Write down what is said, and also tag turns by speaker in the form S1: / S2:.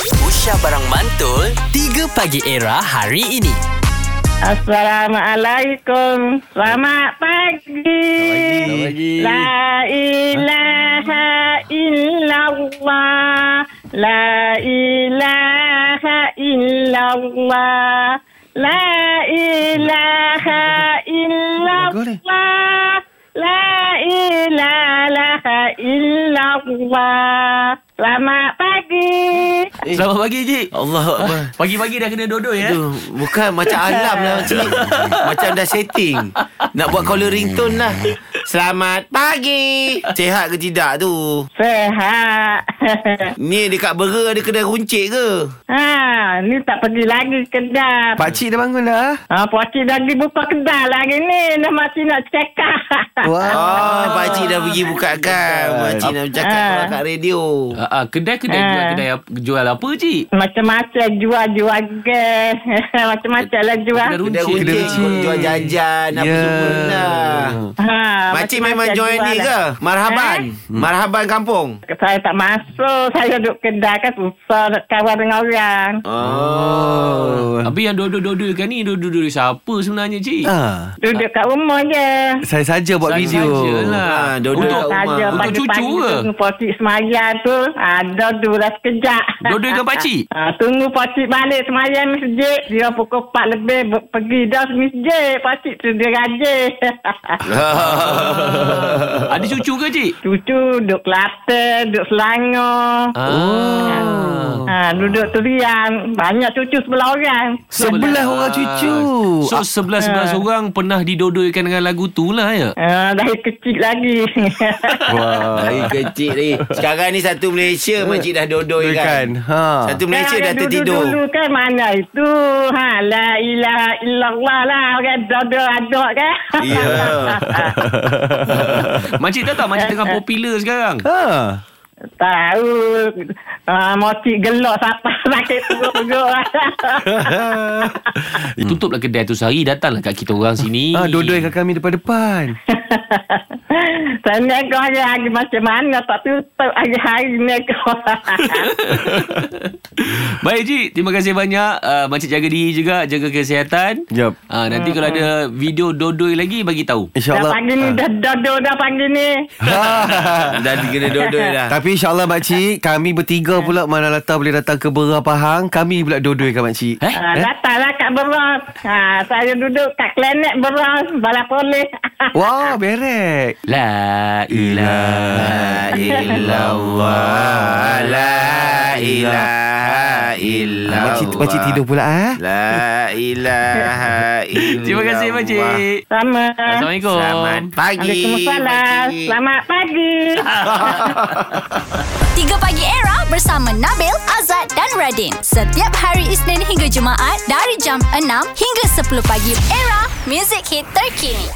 S1: Aisyah Barang Mantul 3 Pagi Era hari ini
S2: Assalamualaikum. Selamat pagi.
S3: Selamat pagi.
S2: La ilaha illallah. La ilaha illallah. La ilaha illallah. La ilaha illallah. Selamat pagi.
S3: Eh. Selamat pagi Cik
S4: Allah Akbar.
S3: Pagi-pagi dah kena dodoi ya
S4: Aduh, bukan macam alam lah cik. Macam dah setting. Nak buat caller ringtone lah. Selamat pagi. Sehat ke tidak tu?
S2: Sehat.
S4: Ni dekat Bera ada kedai runcit ke?
S2: ha, ni tak pergi lagi kedai. Pa-
S3: Pakcik dah bangun
S5: lah,
S3: dah
S5: ah.
S2: ha, pakcik dah pergi buka kedai lah hari ni. Dah masih nak cakap.
S4: Oh, pakcik dah pergi buka kan. Pakcik nak bercakap
S2: Ah.
S4: kalau kat radio.
S3: Ah, ah, kedai-kedai
S2: Ah.
S3: jual kedai apa, jual apa cik?
S2: Macam-macam jual-jual gas. Macam-macam lah jual.
S3: Kedai runcit.
S4: Kedai
S3: Kedai
S4: runcit,
S3: runcit.
S4: jual jajan, apa
S3: Ya.
S4: semua lah.
S2: Ha,
S4: Pakcik memang
S2: macam-macam
S4: join
S2: jual
S4: ni ke?
S2: lah.
S4: Marhaban. Hmm. Marhaban kampung.
S2: Eh? Saya tak masuk. Saya duduk kedai kan susah nak kawan dengan orang.
S4: Ah. Oh.
S3: Habis yang dodoi-dodoi kan ni Dodoi-dodoi siapa sebenarnya cik?
S5: Ah,
S2: Duduk kat rumah je.
S5: saya saja buat
S3: Saya
S5: video.
S3: sajalah.
S4: Ah, dodoi
S3: lah. Untuk-
S4: kat rumah.
S2: Saja
S3: Untuk
S2: pagi-pagi
S3: cucu ke?
S2: Tunggu pakcik semayang tu. Ada dua lah sekejap.
S3: Dodoi dengan pakcik?
S2: Ha, tunggu pakcik balik semayang masjid. Dia pukul 4 lebih ber- pergi dah masjid. Pakcik tu dia rajin.
S3: Ada cucu ke cik?
S2: Cucu duduk Kelantan, duduk Selangor.
S3: Oh.
S2: Ha, duduk Turian. Banyak cucu sebelah orang.
S5: Sebelah orang cucu.
S3: So sebelah sebelah
S2: Ah.
S3: seorang pernah didodoikan dengan lagu tu lah ya.
S2: Ha, dari kecil lagi.
S4: Dari kecil ni Sekarang ni satu Malaysia Makcik dah dodoi
S5: Betul
S4: kan
S5: kan? Ha.
S4: Satu Malaysia
S2: Kan
S4: dah
S2: orang
S4: tertidur
S2: Dulu kan mana itu. Ha, la ilaha illallah lah. Orang dada ada kan.
S4: Ya.
S3: Makcik tahu tak makcik tengah popular sekarang?
S5: Ha.
S2: Tahu. Ha, motik gelok siapa sakit perut-perut.
S3: Eh, Tutuplah kedai tu sehari datanglah kat kita orang sini.
S5: Ha, dodoi kami depan-depan.
S2: Sana kau hari macam mana tak tutup hari-hari ni kau.
S3: Baik Cik Terima kasih banyak uh, Makcik jaga diri juga Jaga kesihatan
S5: Yup.
S3: uh, Nanti kalau ada video dodoi lagi Bagi tahu
S2: dah
S5: InsyaAllah.
S2: pagi ni dah dodo dah pagi ni.
S5: Ha.
S4: Dah kena dodoi dah
S5: Tapi insyaAllah makcik Kami bertiga pula Mana Lata boleh datang ke Berah Pahang Kami pula dodoi kan makcik
S3: Eh?
S2: Ha, datanglah kat Berang. Ha, saya duduk kat Klenek Berang, balap polis.
S5: Wah berek
S3: La ilaha
S4: La illallah La Ah, ilaha illallah
S5: Makcik, makcik tidur pula eh?
S4: La ilaha illallah
S3: Terima kasih Makcik
S2: Sama.
S3: Assalamualaikum
S4: Ya Selamat pagi
S2: Waalaikumsalam.
S4: makcik.
S2: Selamat pagi.
S6: 3 Pagi Era bersama Nabil, Azad dan Radin. Setiap hari Isnin hingga Jumaat dari jam 6 hingga 10 pagi. Era, music hit terkini.